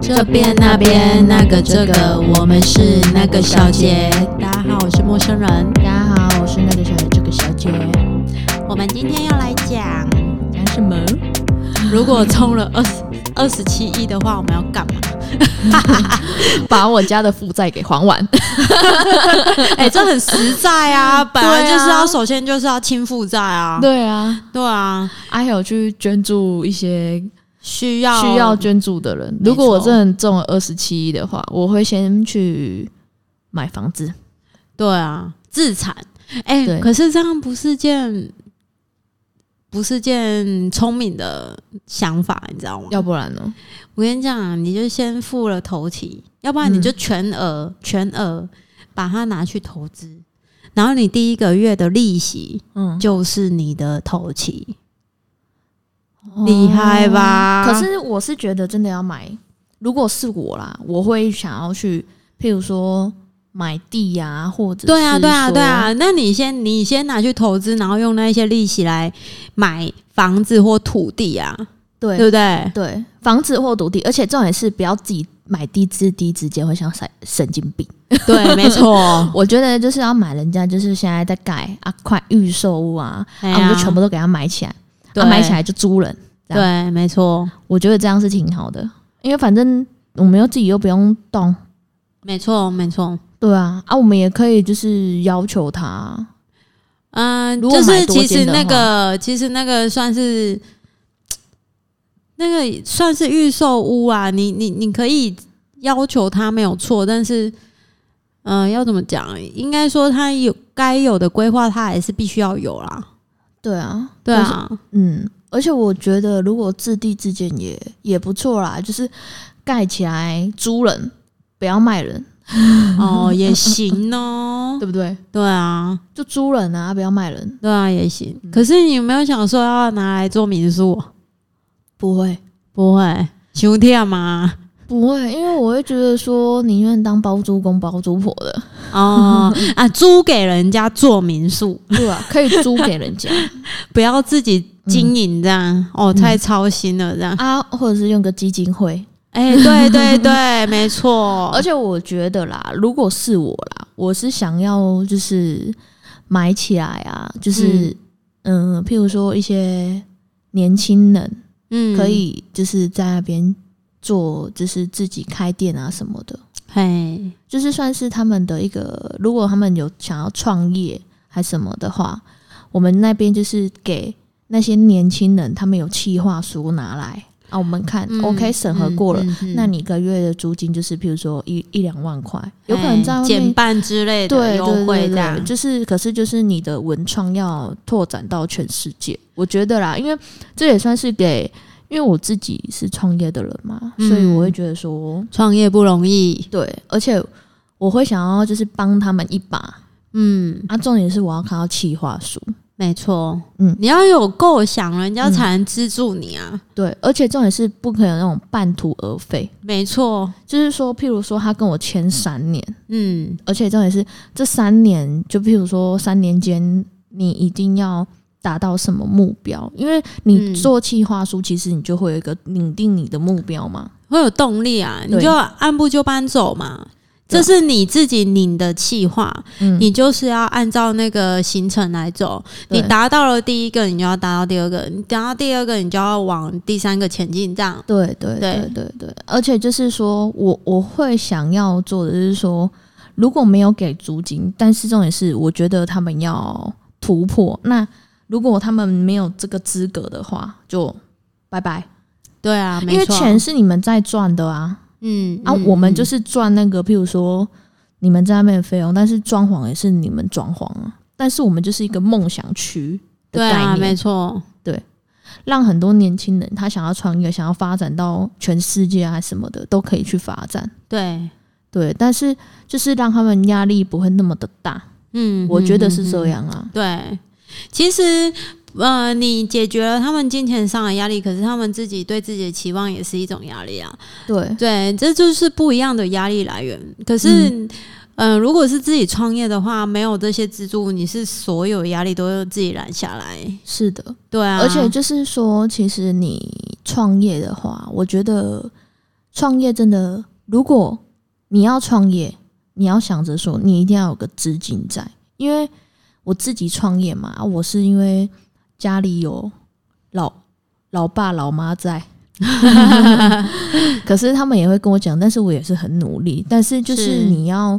这边那边那个这个，我们是那个小姐。大家好，我是陌生人。大家好，我是那个小姐，这个小姐。我们今天要来讲，讲什么？如果充了二十二十七亿的话，我们要干嘛？ 把我家的负债给还完。 哎、这很实在 啊，本来就是要首先就是要清负债啊。对啊，对啊，还有去捐助一些需要需要捐助的人。如果我真的中了二十七亿的话，我会先去买房子。对啊，自产。哎、对可是这样不是件不是件聪明的想法，你知道吗？要不然呢？我跟你讲，你就先付了头期，要不然你嗯就全额、全额把它拿去投资，然后你第一个月的利息嗯，就是你的头期，厉害吧？哦可是我是觉得真的要买，如果是我啦，我会想要去，譬如说买地呀、或者对啊，是对啊，说对啊，那你先你先拿去投资，然后用那一些利息来买房子或土地啊，对对不对？对，房子或土地，而且重点是不要自己买低资低，直接会像神神经病。对，没错，我觉得就是要买人家就是现在在盖啊，快预售屋啊，哎 啊，我呀们就全部都给他买起来，对啊，买起来就租人。这对，没错，我觉得这样是挺好的，因为反正我们又自己又不用动，没错，没错。对啊，啊，我们也可以就是要求他，嗯，如果就买是多其间实的那话个，其实那个算是那个算是预售屋啊，你你你可以要求他没有错，但是，嗯、要怎么讲？应该说他有该有的规划，他还是必须要有啦。对啊，对但是，啊，嗯，而且我觉得如果自地自建也也不错啦，就是盖起来租人，不要卖人，哦，也行哦。对不对？对啊，就租人啊，不要卖人，对啊，也行。嗯可是你有没有想说要拿来做民宿？不会。不会，熊天吗？不会，因为我会觉得说，宁愿当包租公包租婆的， 哦啊，租给人家做民宿。对啊，可以租给人家不要自己经营这样、哦，嗯太操心了这样。 啊，或者是用个基金会。哎、对对对，没错。 而且我觉得啦，如果是我啦，我是想要就是买起来啊，就是嗯、譬如说一些年轻人嗯可，以就是在那边做，就是自己开店啊什么的，嗯嘿，就是算是他们的一个，如果他们有想要创业还什么的话，我们那边就是给那些年轻人，他们有企划书拿来啊，我们看、嗯 OK 审核过了。嗯嗯嗯那你一个月的租金就是，譬如说一一两万块，有可嘿能在外哎减面半之类的对优对惠对这样对，。就是可是就是你的文创要拓展到全世界，我觉得啦，因为这也算是给，因为我自己是创业的人嘛，所以嗯我会觉得说，创业不容易，对，而且我会想要就是帮他们一把，嗯，啊，重点是我要看到企划书，没错，嗯你要有构想，人家才能资助你啊，对，而且重点是不可能那种半途而废，没错，就是说，譬如说他跟我签三年，嗯，而且重点是这三年，就譬如说三年间，你一定要达到什么目标，因为嗯你做企划书，其实你就会有一个拟定你的目标嘛，会有动力啊，你对就按部就班走嘛。这对啊是你自己拟的计划，嗯，你就是要按照那个行程来走。对你达到了第一个，你就要达到第二个；你达到第二个，你就要往第三个前进。这样，对对对对对对，而且就是说我我会想要做的就是说，如果没有给租金，但是重点是我觉得他们要突破。那如果他们没有这个资格的话，就拜拜，对啊，没因为错钱是你们在赚的啊，嗯啊，嗯我们就嗯是赚那个，譬如说你们在那边的费用，但是装潢也是你们装潢啊，但是我们就是一嗯啊个梦想区的对概啊，念没，错，让很多年轻人他想要创业、想要发展到全世界啊什么的，都可以去发展。对，对，但是就是让他们压力不会那么的大，嗯，我觉得嗯是这。嗯样啊嗯。对，其实。呃，你解决了他们金钱上的压力，可是他们自己对自己的期望也是一种压力啊。对，对，这就是不一样的压力来源。可是，嗯、如果是自己创业的话，没有这些资助，你是所有压力都要自己揽下来。是的， 对啊，而且就是说，其实你创业的话，我觉得创业真的，如果你要创业，你要想着说，你一定要有个资金在，因为我自己创业嘛，啊我是因为家里有老老爸老妈在，可是他们也会跟我讲，但是我也是很努力，但是就是是你要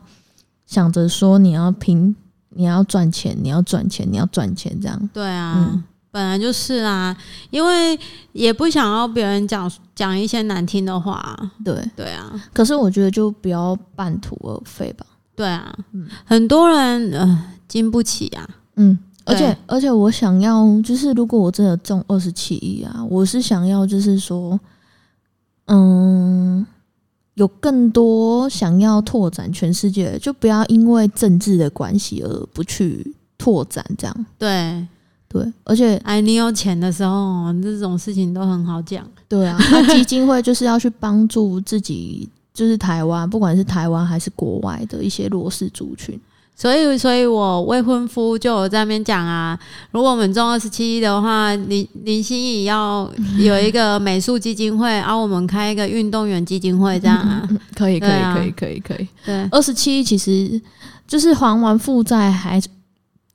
想着说，你要拼，你要赚钱，你要赚钱，你要赚钱，这样，对啊，嗯本来就是啊，因为也不想要别人讲讲一些难听的话。对。对啊，可是我觉得就不要半途而废吧，对啊，嗯很多人呃经不起啊。嗯，而对且而且我想要，就是如果我真的中二十七亿啊，我是想要就是说，嗯，有更多想要拓展全世界，就不要因为政治的关系而不去拓展这样。对，对，而且哎，你有钱的时候，这种事情都很好讲。对啊，那基金会就是要去帮助自己，就是台湾，不管是台湾还是国外的一些弱势族群。所以，所以我未婚夫就有在那边讲啊，如果我们中二十七的话，林林心怡要有一个美术基金 会，而、啊、我们开一个运动员基金会这样啊。可以，可以对啊可以可以，可以。对，二十七其实就是还完负债还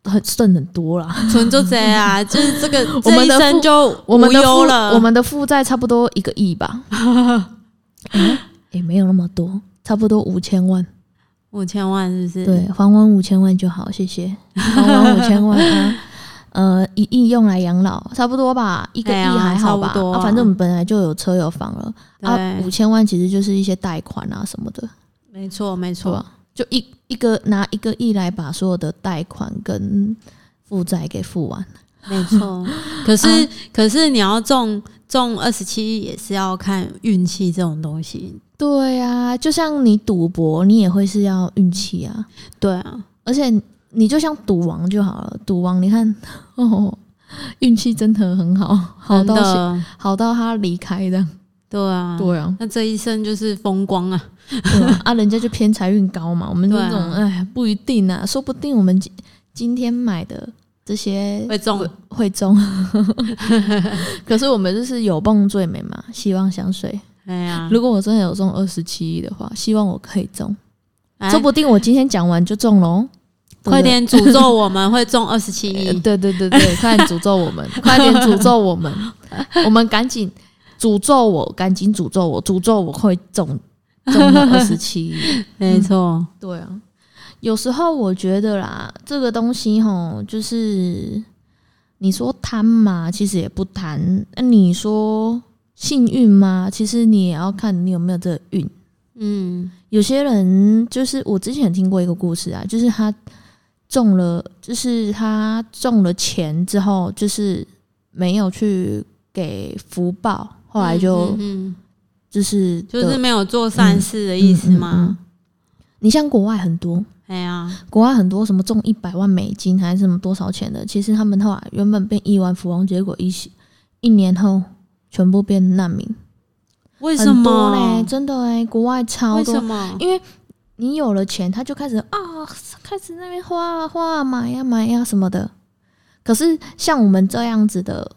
很剩很多啦，纯就这啊，就是这个我们这的一生就我们的无忧负了，我们的负债差不多一个 亿吧，哎、诶没有那么多，差不多五千万，五千万是不是？对，还完五千万就好，谢谢，还完五千万 啊。呃，一亿用来养老，差不多吧，一个对亿啊还好吧差、不多啊反正我们本来就有车有房了对，啊，五千万其实就是一些贷款啊什么的，没错没是错吧，？就一一个拿一个亿来把所有的贷款跟负债给付完，没 错。可是、啊可是你要中中二十七也是要看运气这种东西。对啊，就像你赌博，你也会是要运气啊，对啊，而且你就像赌王就好了，赌王你看哦，运气真的很好，好真到现的，好到他离开的，对啊，对啊，那这一生就是风光啊。对啊，啊人家就偏财运高嘛，我们对这啊种哎、不一定啊，说不定我们今今天买的这些会中会 会中，可是我们就是有梦最美嘛，希望相随。哎呀，如果我真的有中二十七亿的话，希望我可以中。哎说不定我今天讲完就中喽。快点诅咒我们会中二十 七对不亿。嗯对！对对 对对，快点诅咒我们，快点诅咒我们， 我们赶紧诅咒我，赶紧诅咒我，诅咒我会中中二十七亿。没错， 对啊，有时候我觉得啦，这个东西吼，就是你说贪嘛，其实也不贪；那你说幸运嘛，其实你也要看你有没有这个运。嗯，有些人就是我之前有听过一个故事啊，就是他中了，就是他中了钱之后，就是没有去给福报，后来就、嗯嗯嗯就是就是得没有做善事的意思嗯嗯嗯吗？你像国外很多，哎呀，国外很多什么中一百万美金还是什么多少钱的，其实他们后来原本变亿万富翁，结果一起一年后全部变难民，为什很多嘞么？？真的哎、国外超为多什，么？因为你有了钱，他就开始啊，开始那边花啊花啊买呀、买呀、什么的。可是像我们这样子的，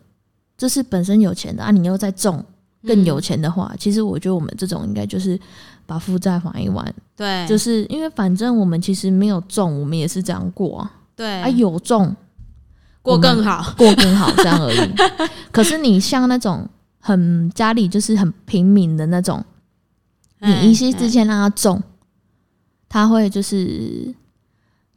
就是本身有钱的啊，你又在中更有嗯钱的话，其实我觉得我们这种应该就是把负债还一还，对，就是是因为反正我们其实没有中，我们也是这样过啊，对啊有中过更好。过更好这样而已。 可是你像那种很家里就是很平民的那种，哎你一夕之哎间让他中，他会就是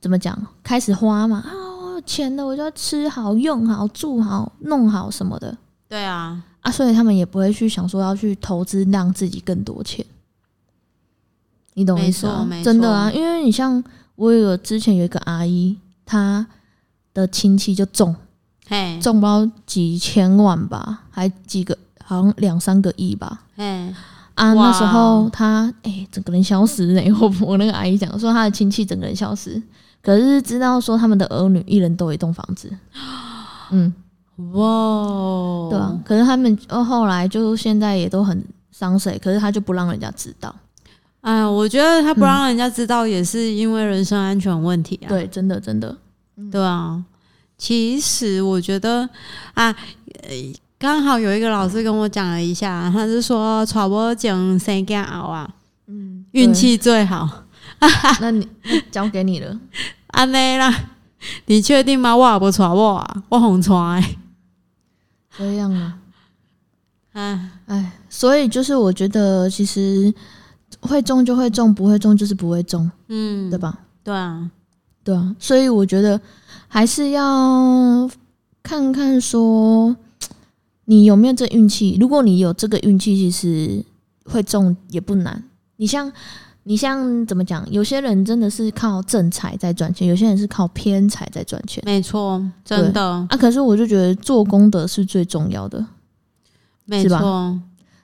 怎么讲，开始花嘛，啊，我有钱的我就要吃好、用好、住好、弄好什么的对啊，啊，所以他们也不会去想说要去投资让自己更多钱，你懂我意思吗没错没？错真的啊，因为你像我有之前有一个阿姨，她的亲戚就中嘿，中包几千万吧，还几个好像两三个亿吧，嘿，啊，哇那时候他哎、整个人消失呢、 我我那个阿姨讲说他的亲戚整个人消失，可是知道说他们的儿女一人都有一栋房 子，嗯，哇，对啊。可是他们呃后来就现在也都很伤谁，可是他就不让人家知道。哎呀，我觉得他嗯不让人家知道，也是因为人身安全问题啊。对，真的真的，对啊，其实我觉得啊，呃刚好有一个老师跟我讲了一下，他是说传播讲谁敢熬啊，嗯，运气最好，对。 那你那交给你了，安内啦。你确定吗？我也不传我啊，我红传的。这样啊。哎，哎，所以就是我觉得，其实会中就会中，不会中就是不会中，嗯，对吧？对啊，对啊，所以我觉得还是要看看说你有没有这运气。如果你有这个运气，其实会中也不难。你像你像怎么讲？有些人真的是靠正财在赚钱，有些人是靠偏财在赚钱没错，真的，啊。可是我就觉得做功德是最重要的，没是吧错，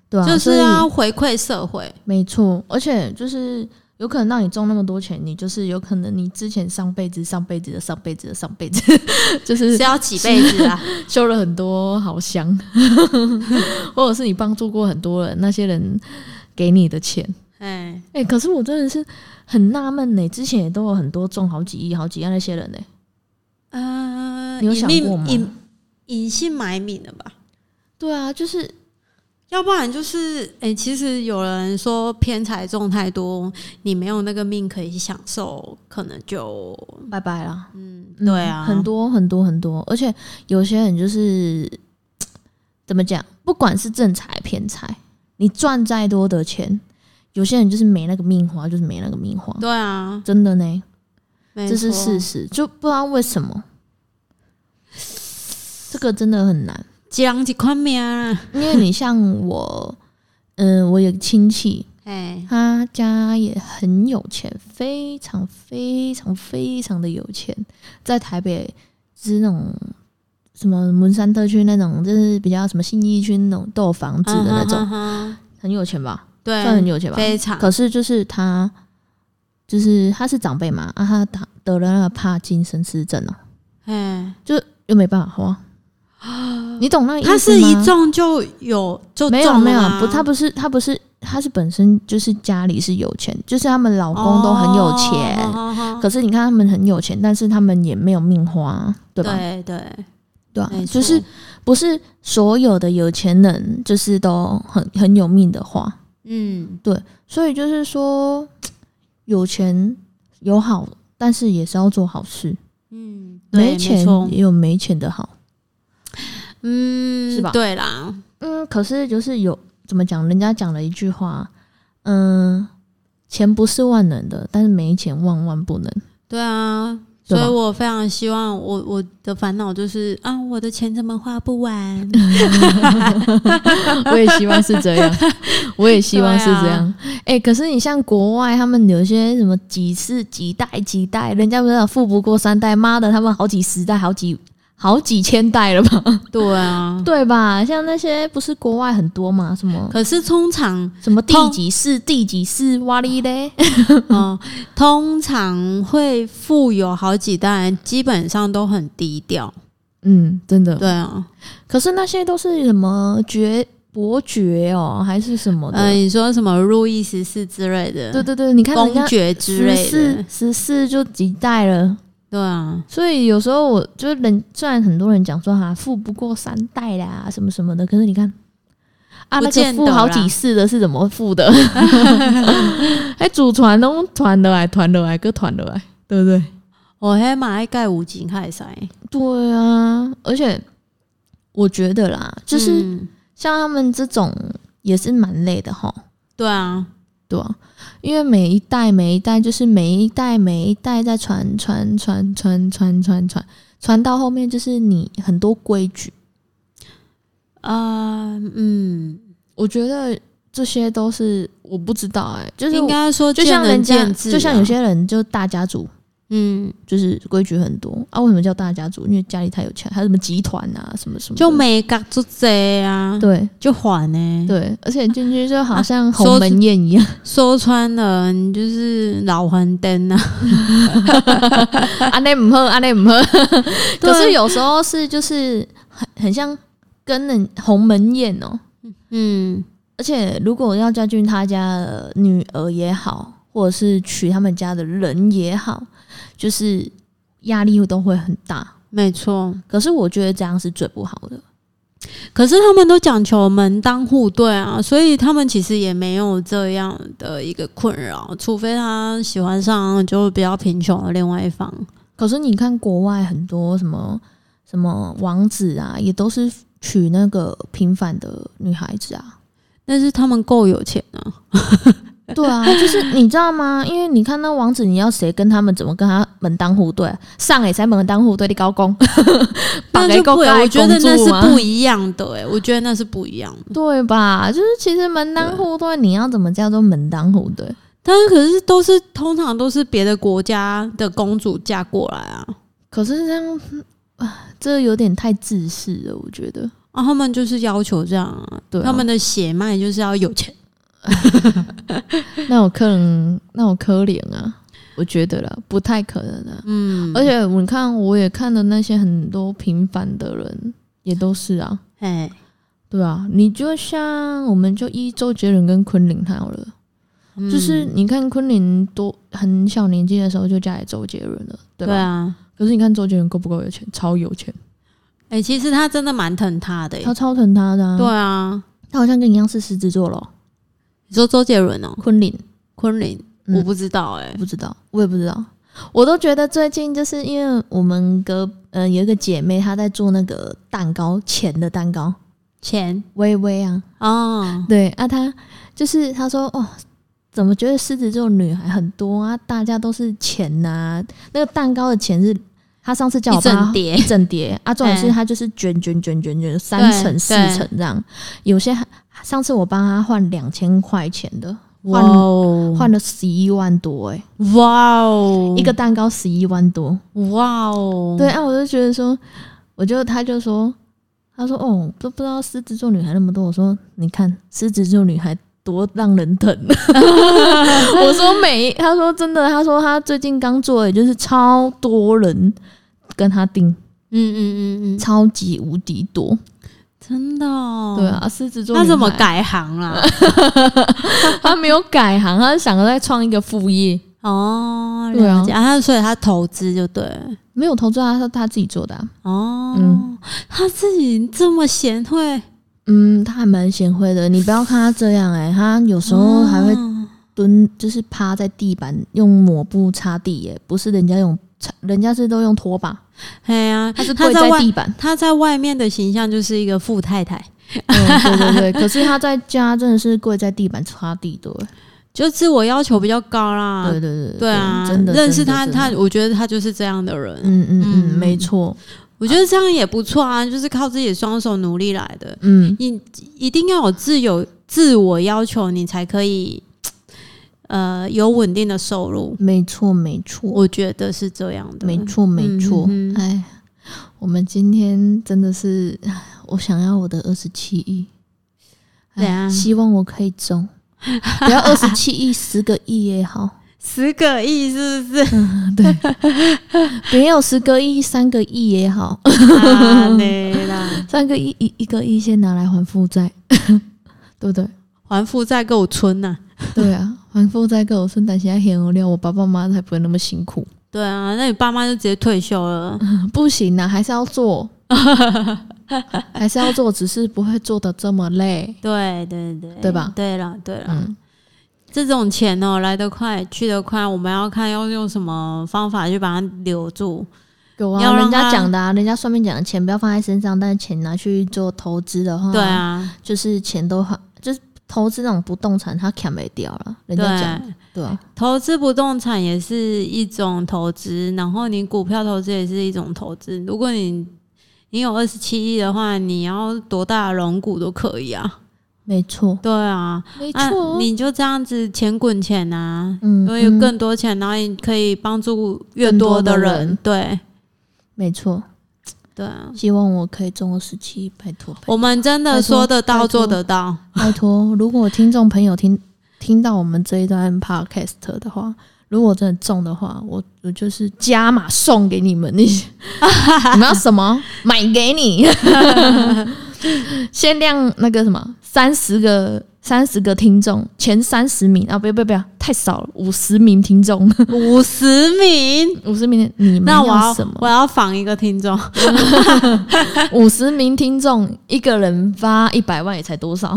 对啊，就是所以要回馈社会。没错，而且就是有可能让你中那么多钱，你就是有可能你之前上辈子、上辈子的、上辈子的、上辈子， 就是是要几辈子 啊？修了很多好香， 或者是你帮助过很多人，那些人给你的钱。哎，哎、可是我真的是很纳闷呢，之前也都有很多中好几亿、好几亿那些人呢、呃，你有隐想过吗命隐隐姓埋名的吧？对啊，就是要不然就是，哎、其实有人说偏财中太多，你没有那个命可以享受，可能就拜拜啦。嗯，嗯对啊，很多很多很多，而且有些人就是怎么讲，不管是正财偏财，你赚再多的钱，有些人就是没那个命花，就是没那个命花，对啊，真的呢，没这是错事实，就不知道为什么，这个真的很难，一人一款命啊，因为你像我，嗯、我有个亲戚，哎，他家也很有钱，非常非常非常的有钱，在台北是那种什么文山特区那种，就是比较什么信义区那种都有房子的那种，嗯哼哼哼很有钱吧，对，算很有钱吧。非常，可是就是他，就是他是长辈嘛，啊，他得得了那个帕金森氏症哦、哎，又没办法花， 你懂那个意思他吗？是一中就有就没有中了没有啊吗，不，他不是他不是他是本身就是家里是有钱，就是他们老公都很有钱。哦好好好可是你看他们很有钱，但是他们也没有命花，对吧？对对，对啊没，错就是不是所有的有钱人就是都很很有命的花，嗯，所以就是说有钱有好，但是也是要做好事，嗯，对没钱没错也有没钱的好。嗯，是吧对啦，嗯，可是就是有怎么讲，人家讲了一句话，嗯，钱不是万能的，但是没钱万万不能。对啊，所对吧以我非常希望我我的烦恼就是啊，我的钱怎么花不 完？ 我也希望是这样， 我也希望是这对样。哎、可是你像国外，他们有些什么几世几代几代，人家不是富不过三代，妈的，他们好几十代，好几好几千代了吧？对啊， 对吧？像那些不是国外很多嘛，什么可是通 常，什么第通几世第几世哇哩嘞，嗯、通常会富有好几代，基本上都很低调。 嗯，真的。对啊，可是那些都是什么爵伯爵哦，还是什么嗯、的？你说什么路易十四之类的，对对对，你看人公家爵之十类四的，十四就几代了。对啊，所以有时候我就是人，虽然很多人讲说哈、富不过三代啦，什么什么的，可是你看啊，不那个见富得好啦几世的是怎么富的？ 哎、祖传都传得来，传得来，哥传得来，对不啊对？我哦黑马爱盖五金开塞，对啊，而且我觉得啦，就是嗯像他们这种也是蛮累的哈，对啊，对啊，因为每一代每一代就是每一代每一代在传传传传传传传传到后面，就是你很多规矩，啊、嗯，我觉得这些都是我不知道哎、就是应我该说就见像人仁家见智啊就像有些人就大家族，嗯，就是规矩很多啊。为什么叫大家族？因为家里太有钱，还有什么集团啊，什么什么的，就没搞做贼啊，对就还呢、对，而且进去就 好像啊说鸿是门宴一样，说穿了，你就是老黄灯 啊。安内唔喝，安内唔喝。对可是有时候是就是很很像跟人鸿门宴哦、嗯，而且如果要嫁进他家的女儿也好，或者是娶他们家的人也好，就是压力都会很大。没错，可是我觉得这样是最不好的，可是他们都讲求门当户对啊，所以他们其实也没有这样的一个困扰，除非他喜欢上就比较贫穷的另外一方。可是你看国外很多什么什么王子啊，也都是娶那个平凡的女孩子啊。但是他们够有钱啊， 对啊，就是你知道吗？因为你看那王子，你要谁跟他们怎么跟他门当户对？上也才门当户对的高工， 绑那给就高不一样，我觉得啊那是不不一样的、 欸，我觉得那是不一样的。对吧？就是其实门当户对，你要怎么叫做门当户对？但是可是都是通常都是别的国家的公主嫁过来啊，可是这样，啊，这有点太自私了，我觉得。啊，他们就是要求这样啊，对啊他们的血脉就是要有钱。那我可能，那我可怜啊，我觉得啦，不太可能啊。嗯，而且你看，我也看了那些很多平凡的人，也都是啊，哎，对啊。你就像我们就依周杰伦跟昆凌好了，嗯就是你看昆凌多很小年纪的时候就嫁给周杰伦了，对吧？对啊，可是你看周杰伦够不够有钱？超有钱，哎、其实他真的蛮疼他的、欸，他超疼他的、啊。对，啊，他好像跟你一样是狮子座咯。你说周杰伦哦，昆凌昆凌，嗯我不知道哎、我不知道，我也不知道。我都觉得最近就是因为我们隔嗯、有一个姐妹她在做那个蛋糕钱的蛋糕，钱微微啊，哦，对啊，他就是他说哦，怎么觉得狮子座女孩很多啊？大家都是钱呐、那个蛋糕的钱是他上次叫一我帮整他叠一整叠啊，重点是嗯他就是卷卷卷卷卷三层对四层这样，有些还上次我帮他换两千块钱的，哇换哦，换了十一万多哎、哇哦，一个蛋糕十一万多，哇哦，对啊，我就觉得说，我就他就说，他说哦，都不知道狮子座女孩那么多。我说你看狮子座女孩多让人疼。啊 我说没，他说真的，他说他最近刚做，也就是超多人跟他订，嗯嗯嗯嗯，超级无敌多。真的、哦，对。啊，狮子座那女怎么孩？改行啊啦？他没有改行，他想着再创一个副业， 哦，对啊了解啊，他所以他投资就对了没有投资啊，他他自己做的啊、哦，嗯他自己这么贤惠，嗯，他还蛮贤惠的，你不要看他这样哎、他有时候还会哦蹲，就是趴在地板用抹布擦地耶，不是人家用擦，人家是都用拖把，哎呀，他是他跪在在外。地板他在外面的形象就是一个富太太，嗯，对对对。可是他在家真的是跪在地板擦地的耶，就自我要求比较高啦。对对对对啊，真的认识他，真的他真的我觉得他就是这样的人。嗯嗯嗯，嗯没错，我觉得这样也不错啊，就是靠自己的双手努力来的。嗯你一定要有自有自我要求，你才可以呃有稳定的收入。没错没错我觉得是这样的，没错没错嗯嗯嗯。哎，我们今天真的是，哎我想要我的二十七亿。对啊哎希望我可以中， 不要二十七亿，十个亿也好。十个亿是不 是？对，没有十个亿、三个亿也好， 啊，对啦，三个亿一一个亿先拿来还负债， 对不对？还负债给我存呐、对啊，还负债够我圣诞现在很有料，我爸爸妈妈才不会那么辛苦。对啊，那你爸妈就直接退休了。不行啊，还是要做， 还是要做，只是不会做的这么累。对对对，对吧对了对了，嗯，这种钱哦、来得快去得快，我们要看要用什么方法去把它留住。有啊，要让人家他讲的啊，人家算命讲的钱不要放在身上，但是钱拿去做投资的话，对，啊，就是钱都花，就是投资那种不动产，它砍没掉了。人对家讲，对啊，投资不动产也是一种投资，然后你股票投资也是一种投资。如果你你有二十七亿的话，你要多大的龙股都可以啊。没错，对啊，没哦啊，你就这样子钱滚钱啊，嗯因为有嗯更多钱，然后你可以帮助越更多的的人。人对没错，对啊，希望我可以中二十七，拜托，拜我们真拜的托说得拜到托做得到。拜托。如果听众朋友听听到我们这一段 podcast 的话，如果真的中的话，我我就是加码送给你们，你 你们要什么 买给你，限量那个什么三十个三十个听众前三十名啊，不要不要不要，太少了，五十名听众，五十名。 五十名你们那我要要什我么？要仿一个听众， 五十名听众一个人发一百万也才多少？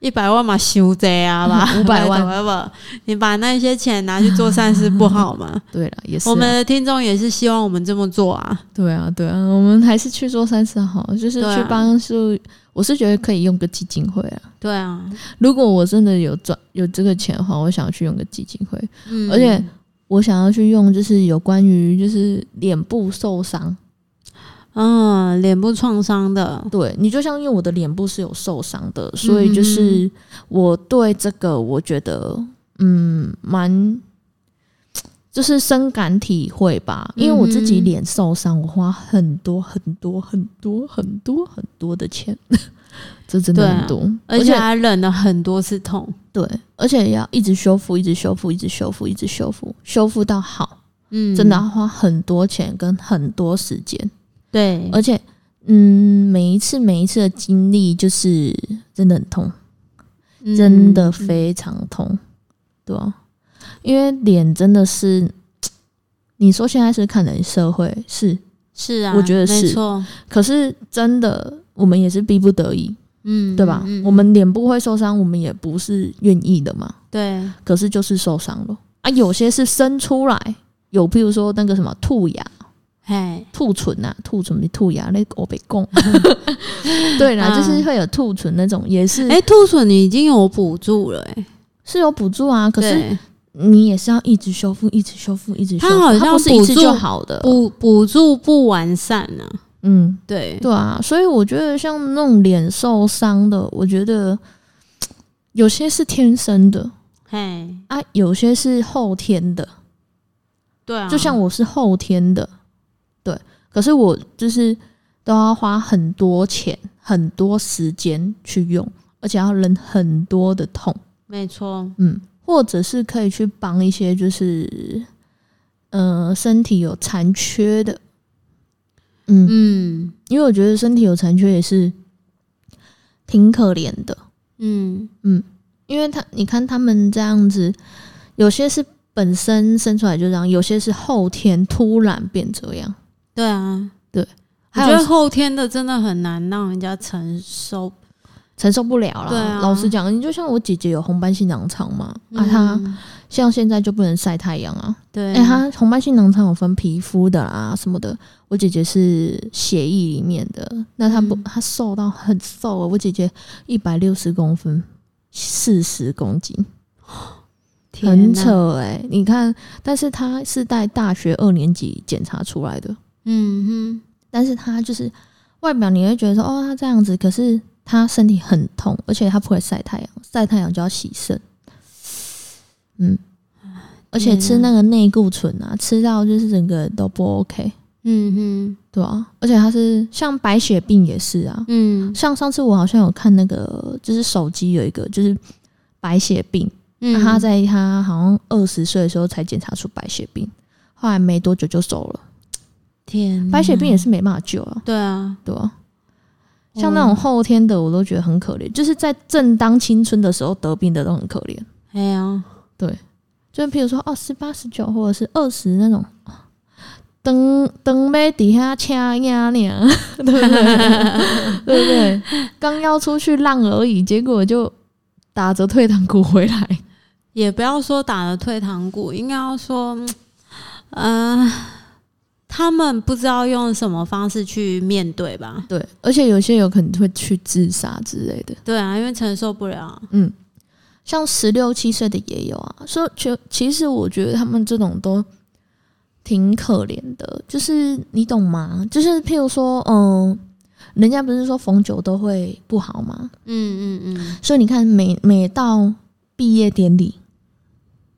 一百万嘛，修贼啊吧， 500万 万，你把那些钱拿去做善事不好吗？对了，也 是啊、我们的听众也是希望我们这么做啊，对啊对啊，我们还是去做三次好，就是对啊去帮助。我是觉得可以用个基金会啊，对啊，如果我真的有赚有这个钱的话，我想要去用个基金会，嗯而且我想要去用就是有关于就是脸部受伤，嗯，脸部创伤的，对你就像因为我的脸部是有受伤的，所嗯以就是我对这个我觉得嗯蛮。就是深感体会吧，因为我自己嗯脸受伤，我花很多很多很多很多很多的钱， 这真的对啊很多，而且还忍了很多次痛，对，而且要一直修复，一直修复，一直修复，一直修复，修复到好，嗯，真的啊要花很多钱跟很多时间，对，而且，嗯，每一次每一次的经历就是真的很痛，嗯真的非常痛，对啊，因为脸真的是，你说现在是看人社会是，是啊，我觉得没是错，可是真的我们也是逼不得已，嗯，对吧？嗯我们脸部会受伤，我们也不是愿意的嘛。对，可是就是受伤了啊。有些是生出来，有譬如说那个什么兔牙、哎，兔唇啊、兔唇、兔牙那个我被 供。 对啦，嗯就是会有兔唇那种，也是、哎，兔笋你已经有补助了，哎，是有补助啊。可是对你也是要一直修复、一直修复、一直修复，它好像它不是一次补助就好的。补补助不完善啊，嗯，对，对啊，所以我觉得像那种脸受伤的，我觉得有些是天生的哎，啊，有些是后天的。对啊，就像我是后天的，对，可是我就是都要花很多钱、很多时间去用，而且要忍很多的痛，没错，嗯，或者是可以去帮一些就是，呃，身体有残缺的，嗯，嗯因为我觉得身体有残缺也是挺可怜的，嗯，因为他你看他们这样子，有些是本身生出来就这样，有些是后天突然变这样。对啊，对。我还觉有得后天的真的很难让人家承受承受不了啦。对啊老实讲，你就像我姐姐有红斑性狼疮嘛，啊，嗯她像现在就不能晒太阳啊。对哎、她红斑性狼疮有分皮肤的啊什么的，我姐姐是血液里面的，那她不，嗯她瘦到很瘦啊，我姐姐一百六十公分，四十公斤，天很哪，扯哎、你看，但是她是在大学二年级检查出来的，嗯但是她就是外表你会觉得说哦，她这样子，可是她身体很痛，而且她不会晒太阳，晒太阳就要洗肾，嗯，而且吃那个内固醇啊，吃到就是整个都不 OK，哼，嗯对啊，而且她是像白血病也是啊，哼，嗯像上次我好像有看那个，就是手机有一个就是白血病，嗯，她啊在她好像二十岁的时候才检查出白血病，后来没多久就走了，天哪，白血病也是没办法救啊，对啊，对啊。像那种后天的，我都觉得很可怜，就是在正当青春的时候得病的都很可怜。哎呀，就是譬如说，哦，十八、十九或者是二十那种，灯灯杯底下掐呀呀， 对不对？对不对？刚要出去浪而已，结果就打着退堂鼓回来。也不要说打了退堂鼓，应该要说，嗯、呃，他们不知道用什么方式去面对吧？对，而且有些有可能会去自杀之类的。对啊，因为承受不了。嗯，像十六七岁的也有啊。说其其实我觉得他们这种都挺可怜的，就是你懂吗？就是譬如说，嗯，人家不是说逢九都会不好吗？嗯嗯嗯，所以你看每，每到毕业典礼，么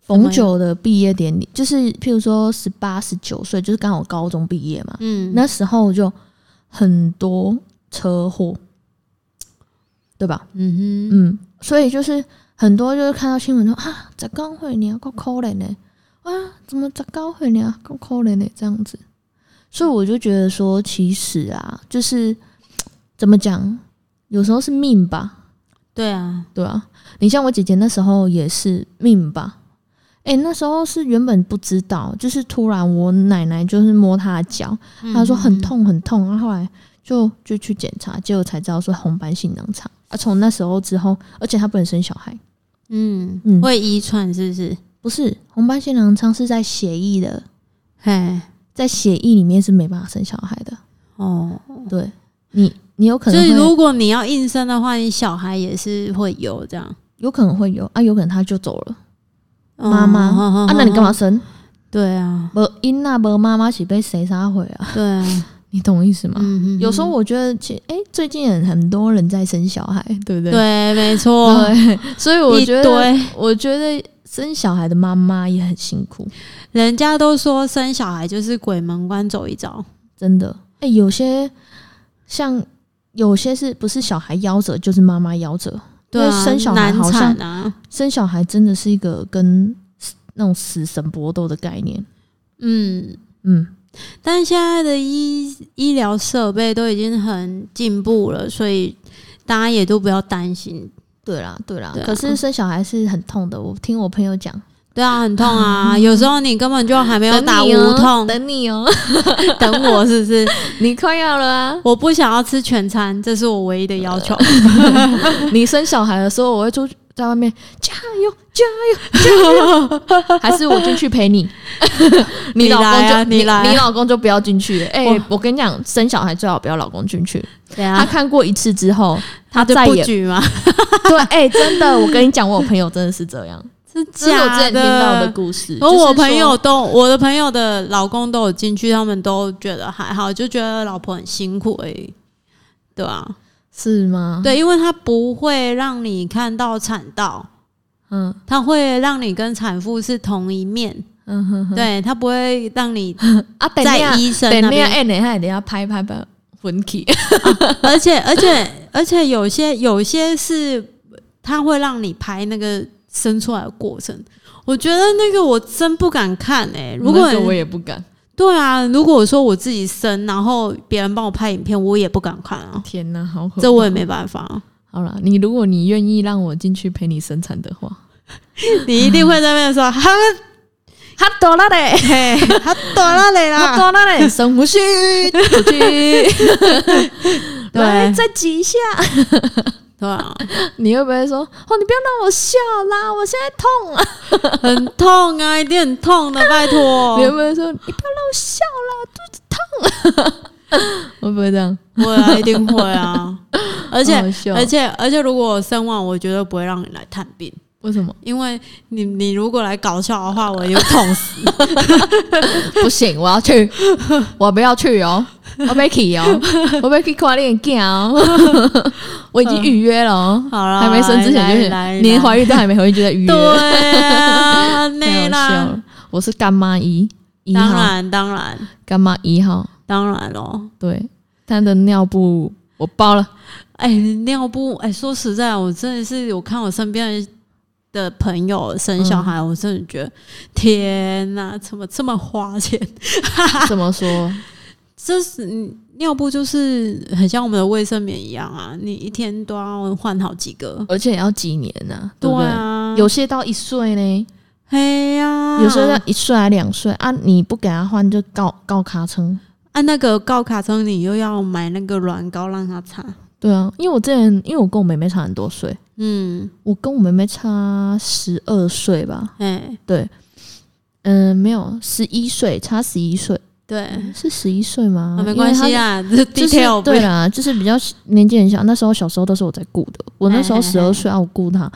逢样九的毕业典礼，就是譬如说十八、十九岁，就是刚好高中毕业嘛，嗯，那时候就很多车祸，对吧？嗯哼，嗯，所以就是很多就是看到新闻说啊，十高会你啊，够可怜呢，啊，怎么十高会你啊，够可怜呢这样子，所以我就觉得说，其实啊，就是怎么讲，有时候是命吧，对啊，对啊，你像我姐姐那时候也是命吧。哎、那时候是原本不知道，就是突然我奶奶就是摸她的脚，嗯她说很痛很痛，然后后来就就去检查，结果才知道说红斑性囊肠。啊，从那时候之后，而且她不能生小孩，嗯，嗯嗯，会遗传是不是？不是红斑性囊疮是在血液的，嘿，在血液里面是没办法生小孩的。哦，对你，你有可所能以会如果你要应生的话，你小孩也是会有这样。有可能会有啊，有可能她就走了，妈妈、哦啊，那你干嘛？生？对啊，无因啊，无妈妈是被谁杀毁啊？对 啊，你懂我意思吗？嗯有时候我觉得，其实哎、最近也很多人在生小孩，对不对？对，没错，对， 所以我一觉得，堆我觉得生小孩的妈妈也很辛苦，人家都说生小孩就是鬼门关走一遭，真的。哎、有些像有些是不是小孩夭折，就是妈妈夭折。对因为啊，生小孩难好像产啊，生小孩真的是一个跟死那种死神搏斗的概念。嗯。嗯，但现在的医医疗设备都已经很进步了，所以大家也都不要担心。对啦，对啦。对啊可是生小孩是很痛的，我听我朋友讲，对啊，很痛 啊！有时候你根本就还没有等打你无哦痛，等你哦， 等我是不是？你快要了啊！我不想要吃全餐，这是我唯一的要求。哦你生小孩的时候，我会出去在外面加油加 油加油，还是我进去陪你？ 你你老公来就啊你来啊你老公就不要进去了。哎、哇我跟你讲，生小孩最好不要老公进去。 对他啊，看过一次之后， 他就再不也举嘛，对，哎、真的，我跟你讲，我有朋友真的是这 样，是 这是我之假前听到的的。故事。而就是我说朋友都，我的朋友的老公都有进去，他们都觉得还好，就觉得老婆很辛苦而已，对啊，是吗？，对，因为他不会让你看到产道，嗯他会让你跟产妇是同一面，嗯哼哼，对他不会让你啊，等一下在，医生等那一下，边，哎、等一下，等一下，拍拍拍，魂 体，哎而且而且而且有些有些是他会让你拍那个生出来的过程。我觉得那个我真不敢看哎、如果那个我也不敢，对啊，如果我说我自己生，然后别人帮我拍影片，我也不敢看啊，天哪，好可怕！这我也没办 法。啊好了，你如果你愿意让我进去陪你生产的 话，你一定会在那边说 哈哈多啦嘞，嘿， 他躲那里哈啦，多啦 嘞，深呼吸，出 去，来对再挤一下。对啊，你会不会说哦？你不要让我笑啦，我现在痛啊！很痛啊，一定很痛的，拜 托你。会不会说你不要让我笑啦，肚子痛？ 会不会这样？会啊，一定会 啊。而且好好笑而且而且，如果我生完，我绝对不会让你来探病，为什么因为你你如果来搞笑的话，我就 痛死。不行？我要去， 我不要去哦，我被 去哦，我被去跨恋见哦，我已经预约了哦。好啦，还没生之前就是来来 连怀来孕都还没怀孕就在预约，对啊，太内好笑啦，了。我是干妈一一当号，然当然干妈一号，当然咯。对，她的尿布我 包了，哎，尿布哎，说实在，我真的是我看我身边的朋友生小嗯孩，我真的觉得天哪，怎么这么花钱？怎么说？这是嗯尿布，就是很像我们的卫生棉一样啊，你一天都要换好几个。而且要几年呢、对不对？啊，有些到一岁呢，嘿呀、有些到一岁还两岁啊，你不给他换就告告卡称。啊，那个高卡车你又要买那个软膏让它擦，对啊，因为我之前因为我跟我妹妹差很多岁，嗯，我跟我妹妹差十二岁吧，哎，对，嗯、没有十一岁，差十一岁，对，啊、是十一岁吗？没关嗯因为她系啦，这就是 detail 不对啦，就是比较年纪很小，那时候小时候都是我在顾的，我那时候嘿嘿十嘿二岁啊，我顾他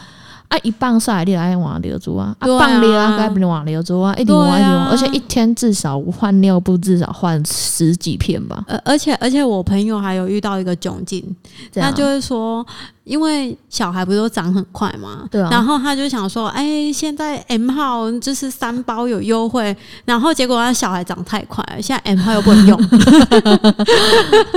啊，一棒下来你爱换流珠啊，啊对啊棒你啊该不能换流珠啊，一定对啊换流，而且一天至少我换尿布至少换十几片吧，呃，而且而且我朋友还有遇到一个窘境，这他样就会说，因为小孩不是都长很快嘛，对啊然后他就想说，哎、现在 M 号就是三包有优惠，然后结果他小孩长太快了，现在 M 号又不能 用，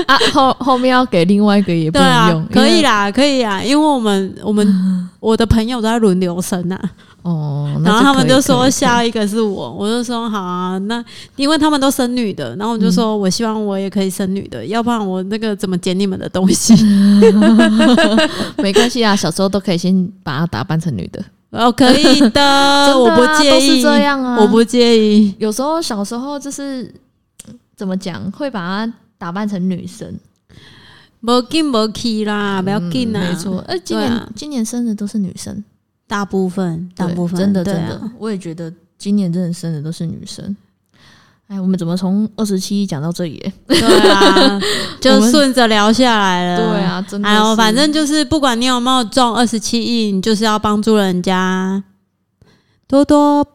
啊后后面要给另外一个也不对能啊用，，可因以啊为 啦，可以啦，因为我们我们我的朋友的在轮流生啊。哦，那然后这他可们以就可说以下一个是我，我就说好啊，那因为他们都生女的，然后我就说嗯我希望我也可以生女的，要不然我那个怎么捡你们的东 西？ 没关系啊，小时候都可以先把它打扮成女的，哦，可以的，真我的啊不介都意，是这样啊。我不介意。有时候小时候就是怎么讲，会把它打扮成女生，没劲没气啦，不要紧啊啦、嗯没错。呃，今年、对啊今年生的都是女生，大部分大对部分真的对真啊的，我也觉得今年真的生的都是女生。哎，我们怎么从二十七讲到这里、欸？ 对 啊，我就们顺着聊下来了。对，啊，真的哎是。呦，反正就是不管你有没有中二十七亿，你就是要帮助人家，多多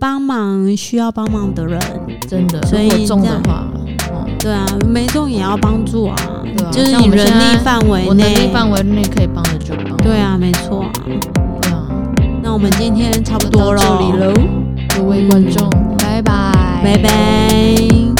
帮忙需要帮忙的人。真的，所如果以中这的样话，哦，对啊，没中也要帮助啊，对啊就是像你我们能现力在范围我能内。力范围内可以帮的就帮。对啊，没错啊。对啊，那我们今天差不多到了，这里喽，各位观众，拜拜，拜拜。